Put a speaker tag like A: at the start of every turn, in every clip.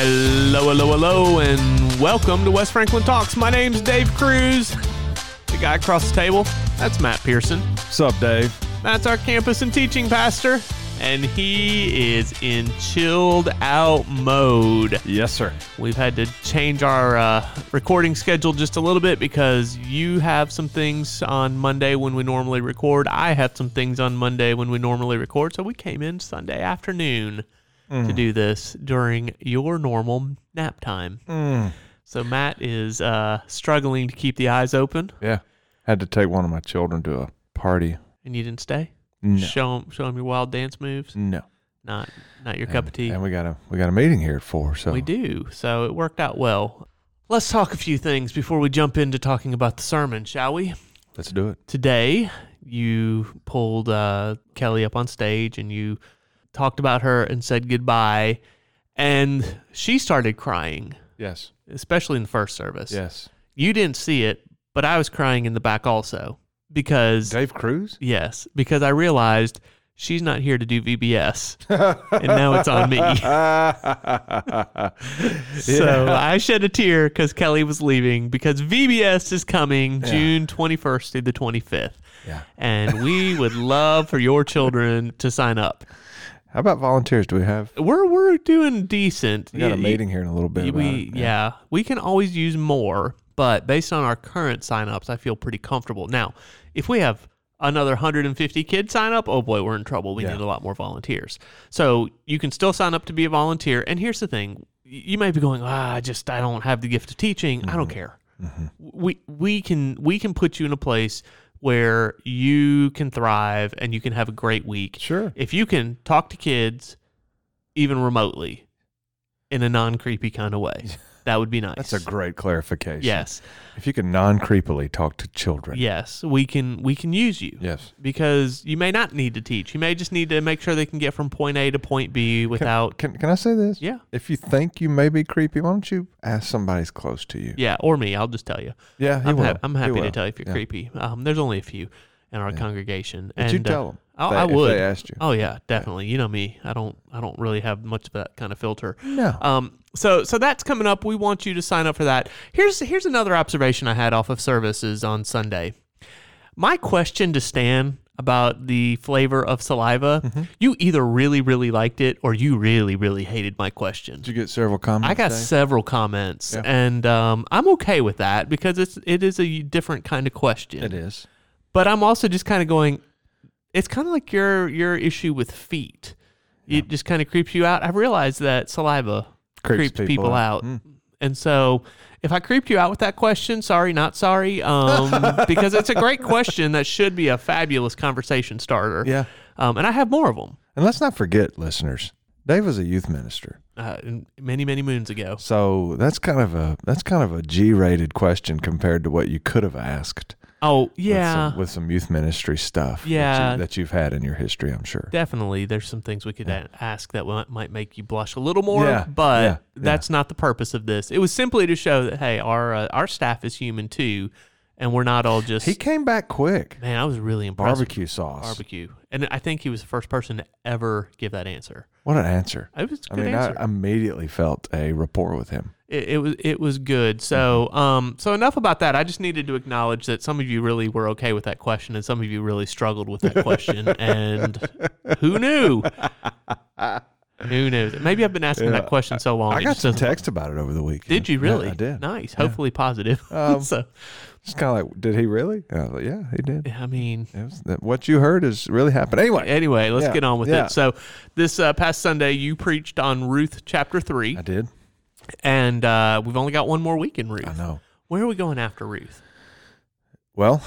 A: Hello, hello, hello, and welcome to West Franklin Talks. My name's Dave Cruz. The guy across the table, that's Matt Pearson.
B: What's up, Dave?
A: Matt's our campus and teaching pastor, and he is in chilled out mode.
B: Yes, sir.
A: We've had to change our uh, recording schedule just a little bit because you have some things on Monday when we normally record. I have some things on Monday when we normally record. So we came in Sunday afternoon to do this during your normal nap time.
B: Mm,
A: So Matt is uh, struggling to keep the eyes open,
B: Yeah. Had to take one of my children to a party.
A: and you didn't stay.
B: No.
A: Show him, show him your wild dance moves.
B: No.
A: Not, not your cup of tea.
B: And we got a we got a meeting here at four. So
A: We do. So it worked out well. Let's talk a few things before we jump into talking about the sermon, shall we?
B: let's do it.
A: Today, you pulled uh, Kelly up on stage and you talked about her and said goodbye. And she started crying,
B: Yes.
A: especially in the first service.
B: Yes.
A: You didn't see it, but I was crying in the back also because,
B: Dave Cruz.
A: yes, because I realized she's not here to do VBS. and now it's on me. So
B: Yeah.
A: I shed a tear because Kelly was leaving because VBS is coming
B: Yeah.
A: June 21st through the 25th.
B: Yeah.
A: And we would love for your children to sign up.
B: How about volunteers? Do we have?
A: We're, we're doing decent.
B: We got
A: Y-
B: a
A: y-
B: meeting here in a little bit.
A: y-
B: about
A: we,
B: it.
A: yeah. we can always use more, but based on our current signups, I feel pretty comfortable. Now, if we have another 150 kids sign up, oh boy, we're in trouble. We
B: Yeah.
A: need a lot more volunteers. So you can still sign up to be a volunteer. And here's the thing: Y- you may be going, ah, I just I don't have the gift of teaching. I
B: Mm-hmm.
A: don't care. We we can we can put you in a place where you can thrive and you can have a great week
B: Sure.
A: if you can talk to kids even remotely in a non creepy kind of way, that would be nice.
B: That's a great clarification.
A: yes,
B: If you can non creepily talk to children.
A: yes. We can we can use you
B: Yes.
A: because you may not need to teach. You may just need to make sure they can get from point A to point B without.
B: Can Can I say this?
A: yeah,
B: If you think you may be creepy, why don't you ask somebody's close to you?
A: yeah. Or me, I'll just tell you.
B: Yeah, he
A: I'm,
B: will.
A: hap- I'm
B: He
A: happy to
B: will.
A: tell you if you're
B: Yeah.
A: creepy. Um, there's only a few in our congregation.
B: But
A: and
B: you
A: uh,
B: tell them.
A: oh, I
B: If
A: would.
B: they asked you.
A: Oh yeah, definitely. You know me. I don't. I don't really have much of that kind of filter.
B: No.
A: Um, so so that's coming up. We want you to sign up for that. Here's here's another observation I had off of services on Sunday. My question to Stan about the flavor of saliva,
B: Mm-hmm.
A: you either really really liked it or you really really hated my question.
B: Did you get several comments?
A: I got
B: Dave?
A: several comments,
B: Yeah.
A: and um, I'm okay with that because it's it is a different kind of question.
B: It is.
A: But I'm also just kind of going. It's kind of like your your issue with feet. It just kind of creeps you out. I realized that saliva creeps,
B: Creeps
A: people,
B: people
A: out.
B: out. Mm.
A: And so, if I creeped you out with that question, sorry, not sorry, um, because it's a great question that should be a fabulous conversation starter.
B: Yeah.
A: Um, and I have more of them.
B: And let's not forget, listeners, Dave was a youth minister.
A: Uh, many, many moons ago.
B: So that's kind of a that's kind of a G rated question compared to what you could have asked.
A: Oh,
B: with
A: yeah.
B: some- With some, youth ministry stuff. that you-
A: Yeah.
B: That, you've had in your history, I'm sure.
A: definitely there's some things we could a- ask that wa- might make you blush a little more
B: Yeah,
A: but
B: yeah, yeah.
A: that's not the purpose of this it was simply to show that hey our uh, our staff is human too and we're not all just
B: He came back quick.
A: man i was really impressed with
B: Barbecue sauce.
A: barbecue and i think he was the first person to ever give that answer
B: What an answer.
A: it was a
B: I
A: good
B: mean,
A: answer
B: I immediately felt a rapport with him.
A: it, it was it was good. So
B: Mm-hmm.
A: um so enough about that. I just needed to acknowledge that some of you really were okay with that question and some of you really struggled with that question and who knew? who knew? Maybe I've been asking that question Oh, so long.
B: I
A: it
B: got
A: just
B: some
A: doesn't-
B: text about it over the weekend.
A: Did you
B: Yeah,
A: really?
B: I did.
A: Nice. Hopefully positive.
B: Um,
A: so
B: It's kind of like, did he really? And I was like, yeah, he did.
A: I mean
B: It was, that, what you heard is really happened. Anyway,
A: anyway, let's
B: Yeah,
A: get on with
B: yeah.
A: it. So this uh, past Sunday you preached on Ruth chapter 3
B: I did.
A: and uh, we've only got one more week in Ruth.
B: I know.
A: Where are we going after Ruth?
B: Well,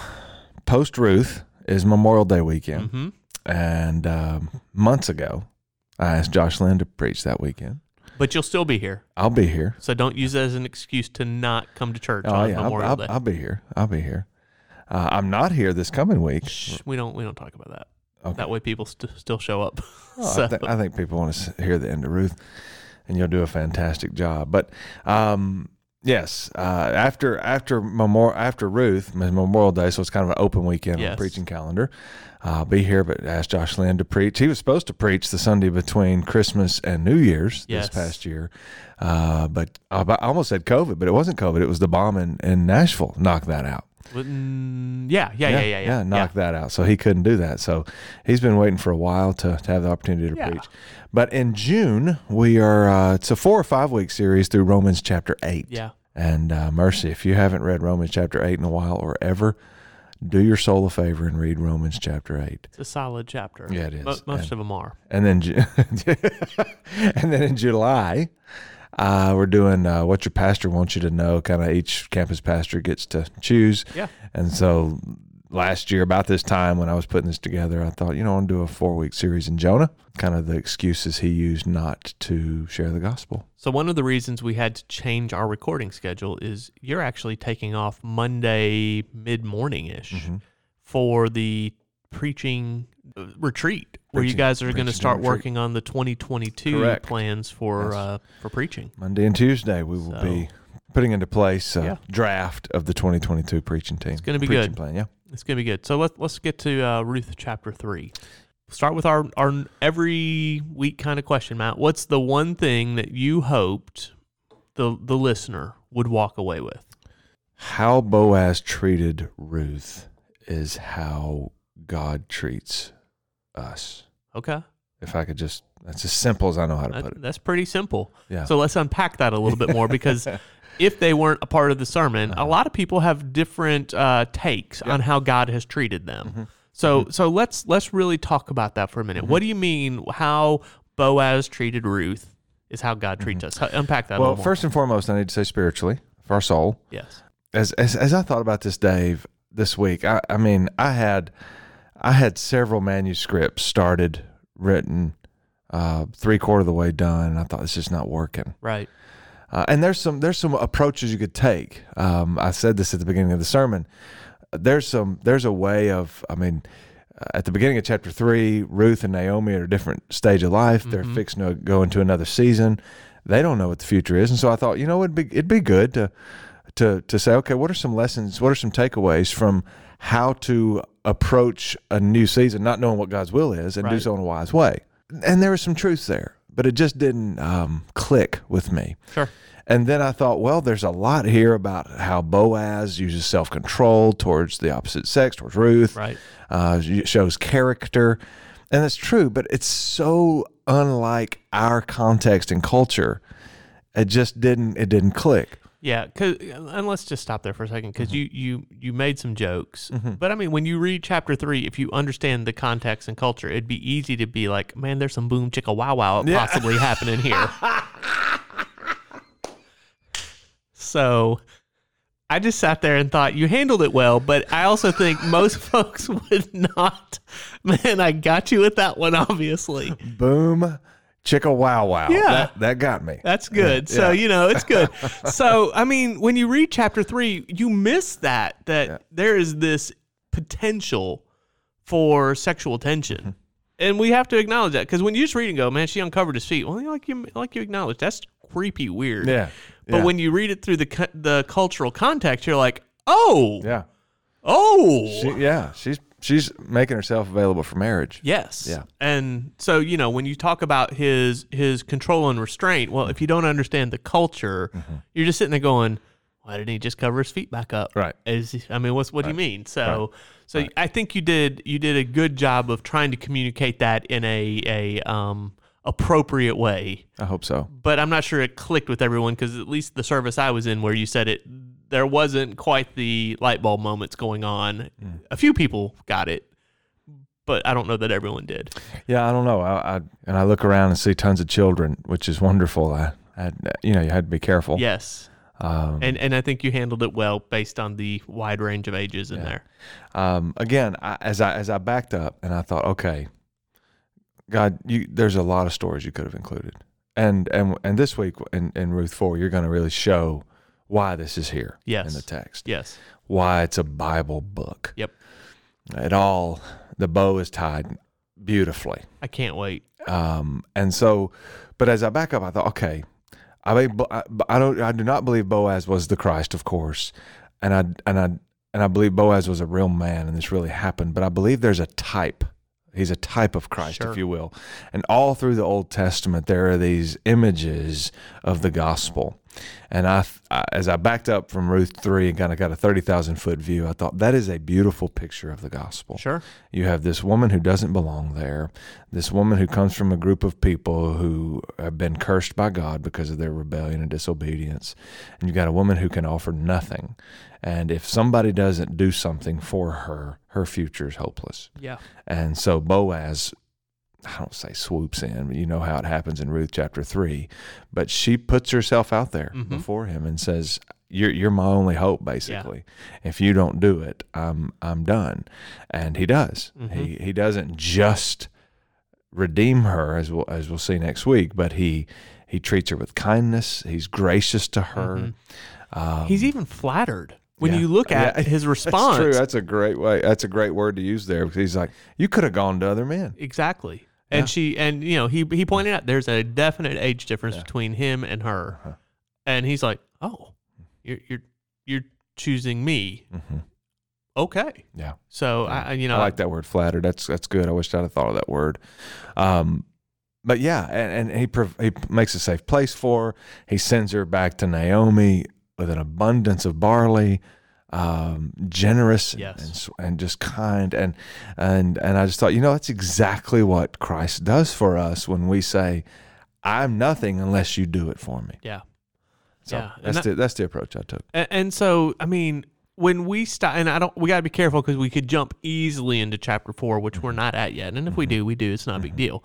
B: post Ruth is Memorial Day weekend,
A: Mhm.
B: and um, months ago, I asked Josh Lynn to preach that weekend.
A: But you'll still be here.
B: I'll be here.
A: So don't use that as an excuse to not come to church
B: Oh
A: on
B: yeah, I'll,
A: Memorial
B: I'll,
A: Day.
B: I'll be here. I'll be here. Uh, I'm not here this coming week.
A: Shh, we don't we don't talk about that.
B: Okay.
A: That way people st- still show up.
B: Oh,
A: so
B: I, thi- I think people want to hear the end of Ruth, and you'll do a fantastic job. But um, Yes, uh, after after memorial after Ruth Memorial Day, so it's kind of an open weekend on
A: Yes.
B: the preaching calendar. Uh, I'll be here, but asked Josh Lynn to preach. He was supposed to preach the Sunday between Christmas and New Year's
A: Yes.
B: this past year, uh, but I I almost said COVID, but it wasn't COVID. It was the bomb in, in Nashville knocked that out.
A: Mm, yeah, yeah, yeah, yeah, yeah. yeah.
B: knock that out. So he couldn't do that. So he's been waiting for a while to, to have the opportunity to
A: Yeah.
B: preach. But in June, we are, uh, it's a four or five week series through Romans chapter 8.
A: Yeah.
B: And uh, mercy, if you haven't read Romans chapter 8 in a while or ever, do your soul a favor and read Romans chapter 8.
A: It's a solid chapter.
B: Yeah, it is.
A: Mo- most
B: And-
A: of them are.
B: And then, Ju- and then in July, uh, we're doing uh, what your pastor wants you to know. Kind of each campus pastor gets to choose.
A: Yeah.
B: And so last year, about this time when I was putting this together, I thought, you know, I'm gonna do a four week series in Jonah. Kind of the excuses he used not to share the gospel.
A: So one of the reasons we had to change our recording schedule is you're actually taking off Monday mid morning ish
B: Mm-hmm.
A: for the preaching uh, retreat where you
B: Preaching-
A: guys are going to
B: preaching
A: start
B: retreat.
A: working on the 2022
B: Correct.
A: plans for
B: Yes.
A: uh, for preaching.
B: Monday and Tuesday, we will
A: So-
B: be putting into place a
A: Yeah.
B: draft of the 2022 preaching team. It's
A: gonna be
B: preaching
A: good.
B: Plan, yeah.
A: It's going to be good. So let, let's get to uh, Ruth chapter 3. Start with our, our every week kind of question, Matt. What's the one thing that you hoped the the listener would walk away with?
B: How Boaz treated Ruth is how God treats us.
A: Okay.
B: If I could just, that's as simple as I know how to
A: That-
B: put it.
A: that's pretty simple.
B: Yeah.
A: Uh, So let's unpack that a little bit more because if they weren't a part of the sermon,
B: Uh-huh.
A: a lot of people have different uh, takes on how God has treated them.
B: Mm-hmm.
A: So so let's let's really talk about that for a minute.
B: Mm-hmm.
A: What do you mean how Boaz treated Ruth is how God treats us? H- Unpack that. a
B: Mm-hmm. well,
A: little
B: first and foremost, I need to say spiritually, for our soul,
A: more. yes,
B: as as, as I thought about this, Dave, this week, I, I mean, I had I had several manuscripts started, written, uh, three quarter of the way done, and I thought this is not working.
A: right.
B: Uh, and there's some there's some approaches you could take. Um, I said this at the beginning of the sermon. There's some there's a way of I mean, uh, at the beginning of chapter three, Ruth and Naomi are at a different stage of life. They're fixing to go into another season. They don't know what the future is, and so I thought, you know, it'd be it'd be good to to to say, okay, what are some lessons? What are some takeaways from how to approach a new season, not knowing what God's will is, and do
A: Right.
B: so in a wise way? And there was some truth there, but it just didn't um, click with me.
A: Sure.
B: And then I thought, well, there's a lot here about how Boaz uses self control towards the opposite sex, towards Ruth,
A: Right.
B: uh, shows character. And that's true, but it's so unlike our context and culture. It just didn't. It didn't click.
A: Yeah, 'cause- and let's just stop there for a second because you, you you made some jokes, but I mean, when you read chapter three, if you understand the context and culture, it'd be easy to be like, "Man, there's some boom chicka wow wow possibly happening here." so, I just sat there and thought you handled it well, but I also think most folks would not. Man, I got you with that one, obviously.
B: Boom, chicka wow wow.
A: Yeah.
B: that, that got me.
A: That's good. So you know it's good. so I mean, when you read chapter three, you miss that that there is this potential for sexual tension,
B: Mm-hmm.
A: and we have to acknowledge that because when you just read and go, man, she uncovered his feet. Well, like you like you acknowledge that's creepy weird.
B: Yeah,
A: But
B: yeah.
A: when you read it through the cu- the cultural context, you're like, oh,
B: yeah,
A: oh,
B: She- yeah. She's she's making herself available for marriage.
A: Yes.
B: Yeah.
A: And so, you know, when you talk about his his control and restraint, well, if you don't understand the culture,
B: Mm-hmm.
A: you're just sitting there going, "Why didn't he just cover his feet back up?"
B: Right.
A: Is he- I mean, what's what do you mean? So, so I think you did you did a good job of trying to communicate that in a a um appropriate way.
B: I hope so.
A: But I'm not sure it clicked with everyone because at least the service I was in, where you said it, there wasn't quite the light bulb moments going on. A few people got it. But I don't know that everyone did.
B: Yeah, I don't know. I, I and I look around and see tons of children, which is wonderful. I, I you know, you had to be careful.
A: Yes.
B: Um,
A: And and I think you handled it well based on the wide range of ages in there.
B: um, again, I, as I as I backed up and I thought, okay, God, you, there's a lot of stories you could have included, and and and this week in, in Ruth four, you're going to really show why this is here
A: Yes.
B: in the text,
A: Yes.
B: why it's a Bible book.
A: Yep.
B: It all the bow is tied beautifully.
A: I can't wait.
B: Um, and so, but as I back up, I thought, okay, I mean, Bo- I, but I don't. I do not believe Boaz was the Christ, of course, and I and I and I believe Boaz was a real man, and this really happened. But I believe there's a type. He's a type of Christ,
A: Sure.
B: if you will. And all through the Old Testament, there are these images of the gospel. And I, I as I backed up from Ruth three and kind of got a thirty thousand foot view, I thought that is a beautiful picture of the gospel.
A: Sure.
B: You have this woman who doesn't belong there, this woman who comes from a group of people who have been cursed by God because of their rebellion and disobedience. And you've got a woman who can offer nothing. And if somebody doesn't do something for her, her future is hopeless.
A: Yeah.
B: And so Boaz, I don't say swoops in, but you know how it happens in Ruth chapter three, but she puts herself out there
A: Mhm.
B: before him and says, "You're you're my only hope, basically. If you don't do it, I'm I'm done." And he does. He
A: Mm-hmm.
B: he doesn't just redeem her as we'll, as we'll see next week, but he he treats her with kindness. He's gracious to her. Um,
A: Mm-hmm. He's even flattered when
B: yeah.
A: you look at
B: Yeah,
A: his response.
B: That's true. That's a great way. That's a great word to use there because he's like, "You could have gone to other men."
A: Exactly. And
B: Yeah.
A: she and you know he he pointed out there's a definite age difference between him and her,
B: Uh-huh.
A: and he's like, oh, you're you're you're choosing me,
B: Mm-hmm.
A: okay.
B: Yeah.
A: So
B: Yeah.
A: I I- you know
B: I like that word flattered. That's that's good. I wish I'd have thought of that word. Um, but yeah, and, and he prov- he makes a safe place for her. He sends her back to Naomi with an abundance of barley, um, generous and-
A: Yes.
B: and, s- and just kind and and and I just thought, you know, that's exactly what Christ does for us when we say, "I'm nothing unless you do it for me."
A: yeah.
B: So
A: Yeah, and
B: that's
A: that-
B: the that's the approach I took.
A: And, and so, I mean, when we stop, and I don't, we got to be careful because we could jump easily into chapter four, which we're not at yet. And if we do, we do. It's not a big deal.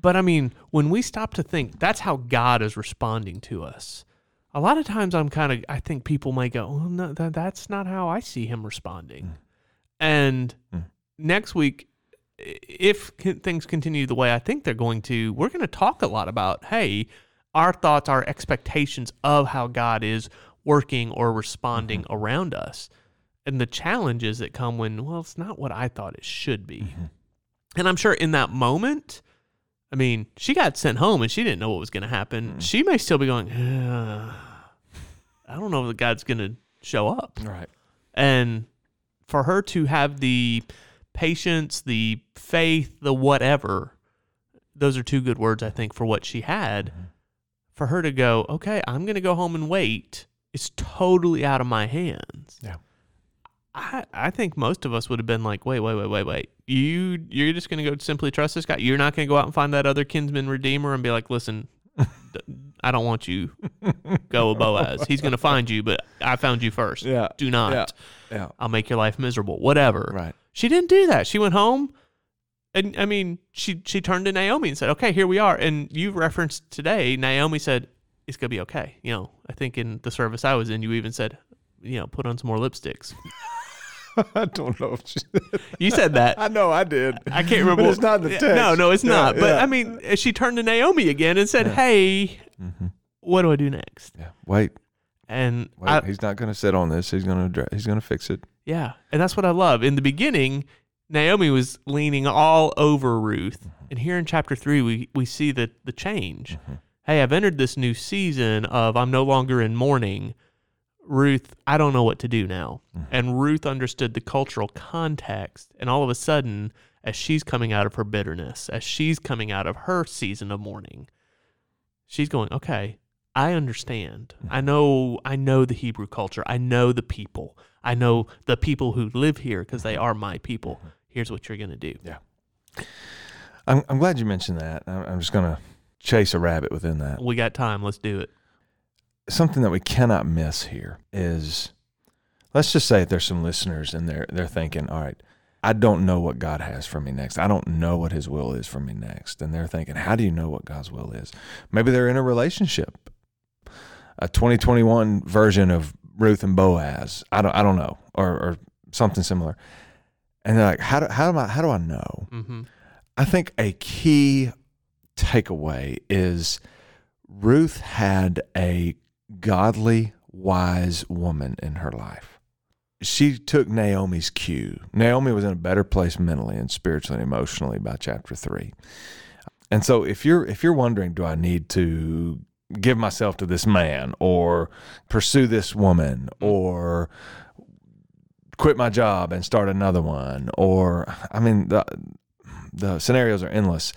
A: But I mean, when we stop to think, that's how God is responding to us. A lot of times I'm kind of, I think people may go, well, no, that, that's not how I see him responding. And next week, i- if con- things continue the way I think they're going to, we're going to talk a lot about, hey, our thoughts, our expectations of how God is working or responding around us and the challenges that come when, well, it's not what I thought it should be. And I'm sure in that moment, I mean, she got sent home and she didn't know what was going to happen. She may still be going, "Ugh, I don't know if God's going to show up
B: Right.
A: and for her to have the patience, the faith, the whatever, those are two good words, I think, for what she had.
B: Mm-hmm.
A: For her to go, okay, I'm going to go home and wait, it's totally out of my hands.
B: Yeah.
A: I, I think most of us would have been like, wait, wait, wait, wait, wait. You you're just gonna go simply trust this guy. You're not gonna go out and find that other kinsman redeemer and be like, listen, d- I don't want you. Go Boaz. He's gonna find you, but I found you first.
B: Yeah.
A: Do not.
B: Yeah. Yeah.
A: I'll make your life miserable. Whatever.
B: Right.
A: She didn't do that. She went home and I mean, she she turned to Naomi and said, "Okay, here we are." And you referenced today, Naomi said, "It's going to be okay." You know, I think in the service I was in, you even said, you know, put on some more lipsticks.
B: I don't know if she,
A: You said that.
B: I know I did.
A: I can't remember.
B: But it's not in the
A: Yeah,
B: text.
A: No, no, it's
B: Yeah,
A: not. But
B: yeah.
A: I mean, she turned to Naomi again and said, "Hey,
B: Mm-hmm.
A: what do I do next?"
B: Yeah. Wait.
A: And
B: Wait,
A: I,
B: he's not going to sit on this. He's going to address. He's going to fix it.
A: Yeah. And that's what I love. In the beginning, Naomi was leaning all over Ruth. And here in chapter three, we, we see the, the change. Hey, I've entered this new season of I'm no longer in mourning. Ruth, I don't know what to do now. And Ruth understood the cultural context. And all of a sudden, as she's coming out of her bitterness, as she's coming out of her season of mourning, she's going, okay, I understand. I know I know the Hebrew culture. I know the people. I know the people who live here because they are my people. Here's what you're going to do.
B: I'm, I'm glad you mentioned that. I'm, I'm just going to chase a rabbit within that.
A: We got time. Let's do it.
B: Something that we cannot miss here is, let's just say there's some listeners and they're they're thinking, all right, I don't know what God has for me next. I don't know what His will is for me next, and they're thinking, how do you know what God's will is? Maybe they're in a relationship, a 2021 version of Ruth and Boaz. I don't I don't know or, or something similar. And they're like, how do, how am I how do I know?
A: Mm-hmm.
B: I think a key takeaway is Ruth had a godly, wise woman in her life. She took Naomi's cue. Naomi was in a better place mentally and spiritually and emotionally by chapter 3. And so if you're if you're wondering do I need to give myself to this man or pursue this woman or quit my job and start another one or I mean the the scenarios are endless.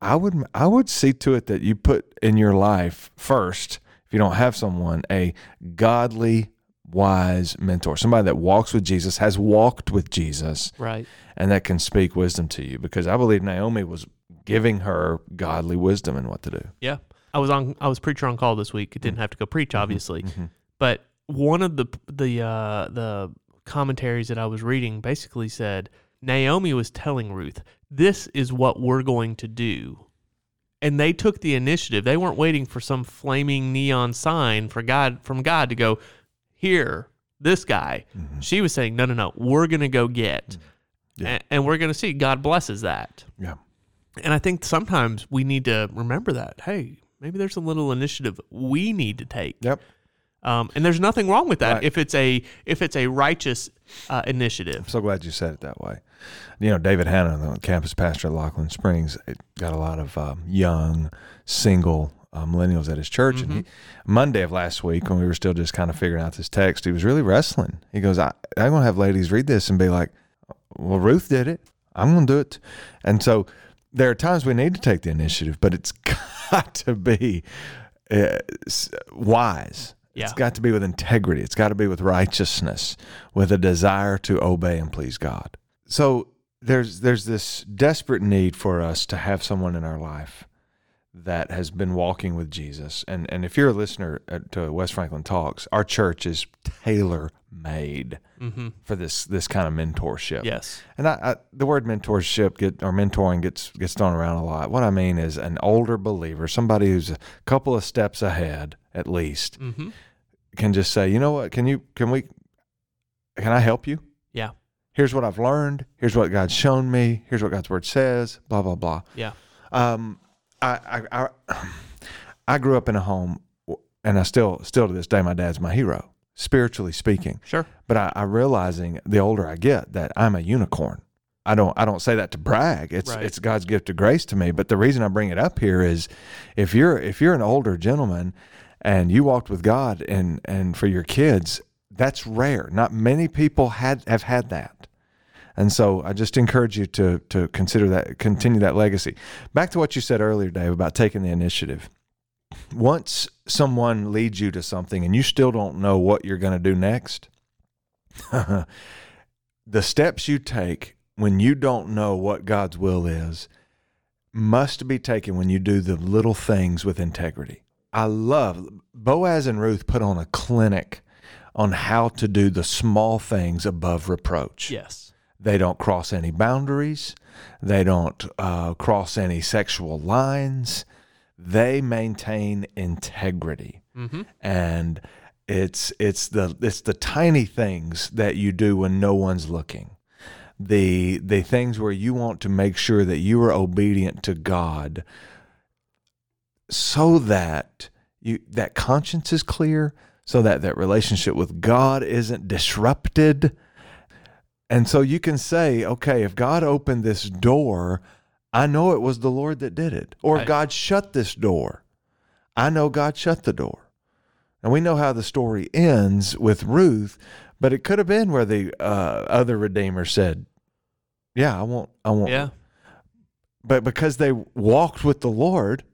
B: I would I would see to it that you put in your life first if you don't have someone a godly wise mentor, somebody that walks with Jesus, has walked with Jesus
A: Right.
B: and that can speak wisdom to you because I believe Naomi was giving her godly wisdom in what to do.
A: Yeah. I was on I was preacher on call this week. It didn't have to go preach obviously. But one of the the uh the commentaries that I was reading basically said Naomi was telling Ruth, "This is what we're going to do." And they took the initiative. They weren't waiting for some flaming neon sign for God from God to go, "Here, this guy." She was saying, "No, no, no. We're going to go get."
B: Yeah.
A: And, and we're going to see God blesses that.
B: Yeah.
A: And I think sometimes we need to remember that. Hey, maybe there's a little initiative we need to take.
B: Yep.
A: Um, and there's nothing wrong with that
B: Right.
A: if it's a if it's a righteous uh, initiative.
B: I'm so glad you said it that way. You know, David Hanna, the campus pastor at Lachlan Springs, it got a lot of um, young, single uh, millennials at his church. And he, Monday of last week, when we were still just kind of figuring out this text, he was really wrestling. He goes, I, I'm going to have ladies read this and be like, well, Ruth did it. I'm going to do it. And so there are times we need to take the initiative, but it's got to be uh, s- wise.
A: Yeah.
B: It's got to be with integrity. It's got to be with righteousness, with a desire to obey and please God. So there's there's this desperate need for us to have someone in our life that has been walking with Jesus. And and if you're a listener at, to West Franklin Talks, our church is tailor made
A: Mm-hmm.
B: for this this kind of mentorship.
A: Yes.
B: And I, I, the word mentorship get or mentoring gets gets thrown around a lot. What I mean is an older believer, somebody who's a couple of steps ahead at least,
A: Mm-hmm.
B: can just say, you know what? Can you can we can I help you?
A: Yeah.
B: Here's what I've learned. Here's what God's shown me. Here's what God's word says. Blah blah blah.
A: Yeah.
B: Um, I I I, I grew up in a home, and I still still to this day, my dad's my hero, spiritually speaking
A: Sure.
B: but I, I realizing the older I get that I'm a unicorn. I don't I don't say that to brag. It's
A: Right.
B: it's God's gift of grace to me. But the reason I bring it up here is if you're if you're an older gentleman and you walked with God and and for your kids, that's rare. Not many people had have had that. And so I just encourage you to to consider that continue that legacy. Back to what you said earlier, Dave, about taking the initiative. Once someone leads you to something and you still don't know what you're going to do next, the steps you take when you don't know what God's will is must be taken when you do the little things with integrity. I love Boaz and Ruth put on a clinic on how to do the small things above reproach.
A: Yes.
B: They don't cross any boundaries. They don't uh, cross any sexual lines. They maintain integrity
A: Mm-hmm.
B: and it's it's the it's the tiny things that you do when no one's looking the the things where you want to make sure that you are obedient to God so that you that conscience is clear so that that relationship with God isn't disrupted and so you can say okay if God opened this door I know it was the Lord that did it or
A: Right.
B: if God shut this door I know God shut the door and we know how the story ends with Ruth, but it could have been where the uh, other redeemer said, "Yeah, I won't, I won't."
A: Yeah.
B: But because they walked with the Lord,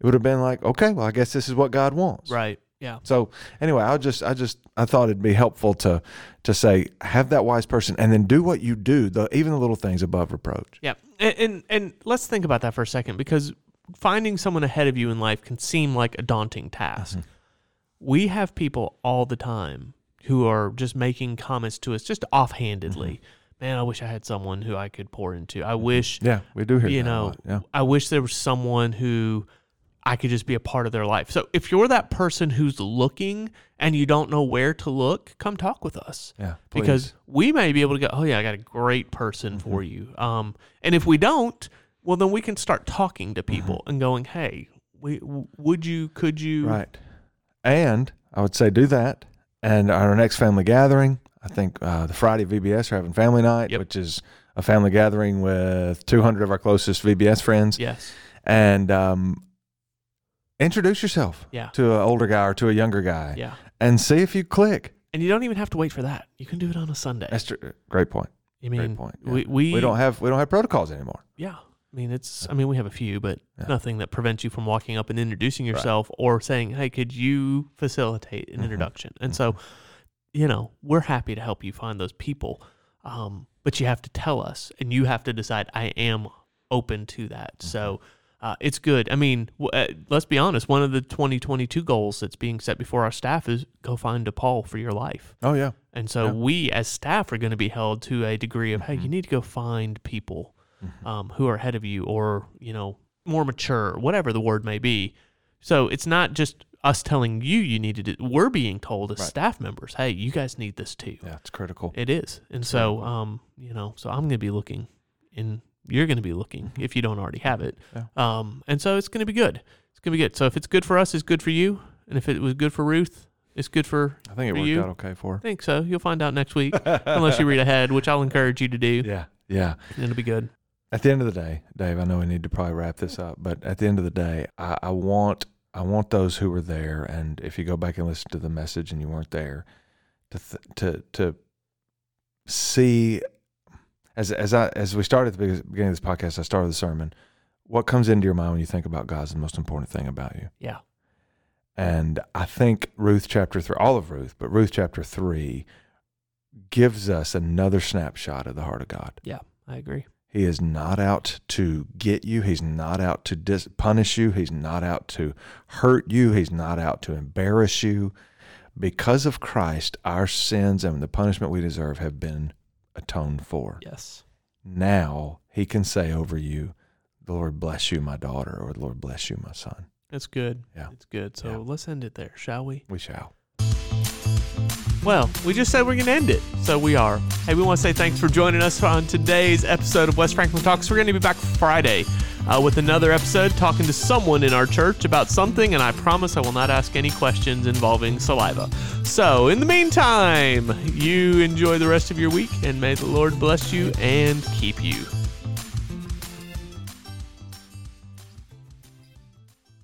B: it would have been like, "Okay, well, I guess this is what God wants."
A: Right. Yeah.
B: So anyway, I just, I just, I thought it'd be helpful to, to say, have that wise person, and then do what you do, the, even the little things above reproach.
A: Yeah. And, and and let's think about that for a second because finding someone ahead of you in life can seem like a daunting task.
B: Mm-hmm.
A: We have people all the time who are just making comments to us just offhandedly. Man, I wish I had someone who I could pour into. I wish
B: Mm-hmm. Yeah, we do hear
A: you
B: that a
A: know,
B: lot. Yeah.
A: I wish there was someone who I could just be a part of their life. So if you're that person who's looking and you don't know where to look, come talk with us.
B: Yeah,
A: Because we may be able to go, oh, yeah, I got a great person
B: Mm-hmm.
A: for you. Um, and if we don't, well, then we can start talking to people and going, hey, we, w- would you, could you?
B: Mm-hmm. Right. And I would say do that. And our next family gathering, I think uh, the Friday VBS are having family night,
A: Yep.
B: which is a family gathering with 200 of our closest VBS friends.
A: Yes.
B: And um, Introduce yourself
A: Yeah.
B: to an older guy or to a younger guy
A: Yeah.
B: and see if you click.
A: And you don't even have to wait for that. You can do it on a Sunday.
B: That's true. Great point.
A: I mean,
B: Great point. yeah.
A: we, we
B: we don't have we don't have protocols anymore.
A: Yeah. I mean, it's, I mean, we have a few, but
B: Yeah.
A: nothing that prevents you from walking up and introducing yourself or saying, hey, could you facilitate an
B: Mhm.
A: introduction? And so, you know, we're happy to help you find those people. Um, but you have to tell us and you have to decide, I am open to that. So uh, it's good. I mean, w- uh, let's be honest. One of the 2022 goals that's being set before our staff is go find DePaul for your life.
B: Oh yeah. Mm-hmm.
A: And so we as staff are going to be held to a degree of, hey, you need to go find people um, who are ahead of you or, you know, more mature, whatever the word may be. So it's not just us telling you you need to do, we're being told as staff members, hey, you guys need this too.
B: Yeah, it's critical.
A: It is. And so, um, you know, so I'm going to be looking and you're going to be looking if you don't already have it.
B: Mm-hmm. Yeah.
A: Um, and so it's going to be good. It's going to be good. So if it's good for us, it's good for you. And if it was good for Ruth, it's good for
B: I think it
A: for
B: worked
A: you.
B: out okay for her.
A: think so. You'll find out next week, unless you read ahead, which I'll encourage you to do.
B: Yeah. Yeah.
A: and It'll be good.
B: At the end of the day, Dave, I know we need to probably wrap this up, but at the end of the day, I, I want I want those who were there, and if you go back and listen to the message and you weren't there, to th- to to see as as I as we started at the be- beginning of this podcast, I started the sermon. What comes into your mind when you think about God's the most important thing about you?
A: Yeah.
B: And I think Ruth chapter three, all of Ruth, but Ruth chapter three gives us another snapshot of the heart of God.
A: Yeah, I agree.
B: He is not out to get you. He's not out to dis- punish you. He's not out to hurt you. He's not out to embarrass you. Because of Christ, our sins and the punishment we deserve have been atoned for.
A: Yes.
B: Now he can say over you, The Lord bless you, my daughter, or The Lord bless you, my son.
A: That's good.
B: Yeah.
A: It's good. So
B: Yeah.
A: let's end it there, shall we?
B: We shall.
A: Well, we just said we're going to end it. So we are. Hey, we want to say thanks for joining us on today's episode of West Franklin Talks. We're going to be back Friday uh, with another episode talking to someone in our church about something, and I promise I will not ask any questions involving saliva. So in the meantime, you enjoy the rest of your week, and may the Lord bless you and keep you.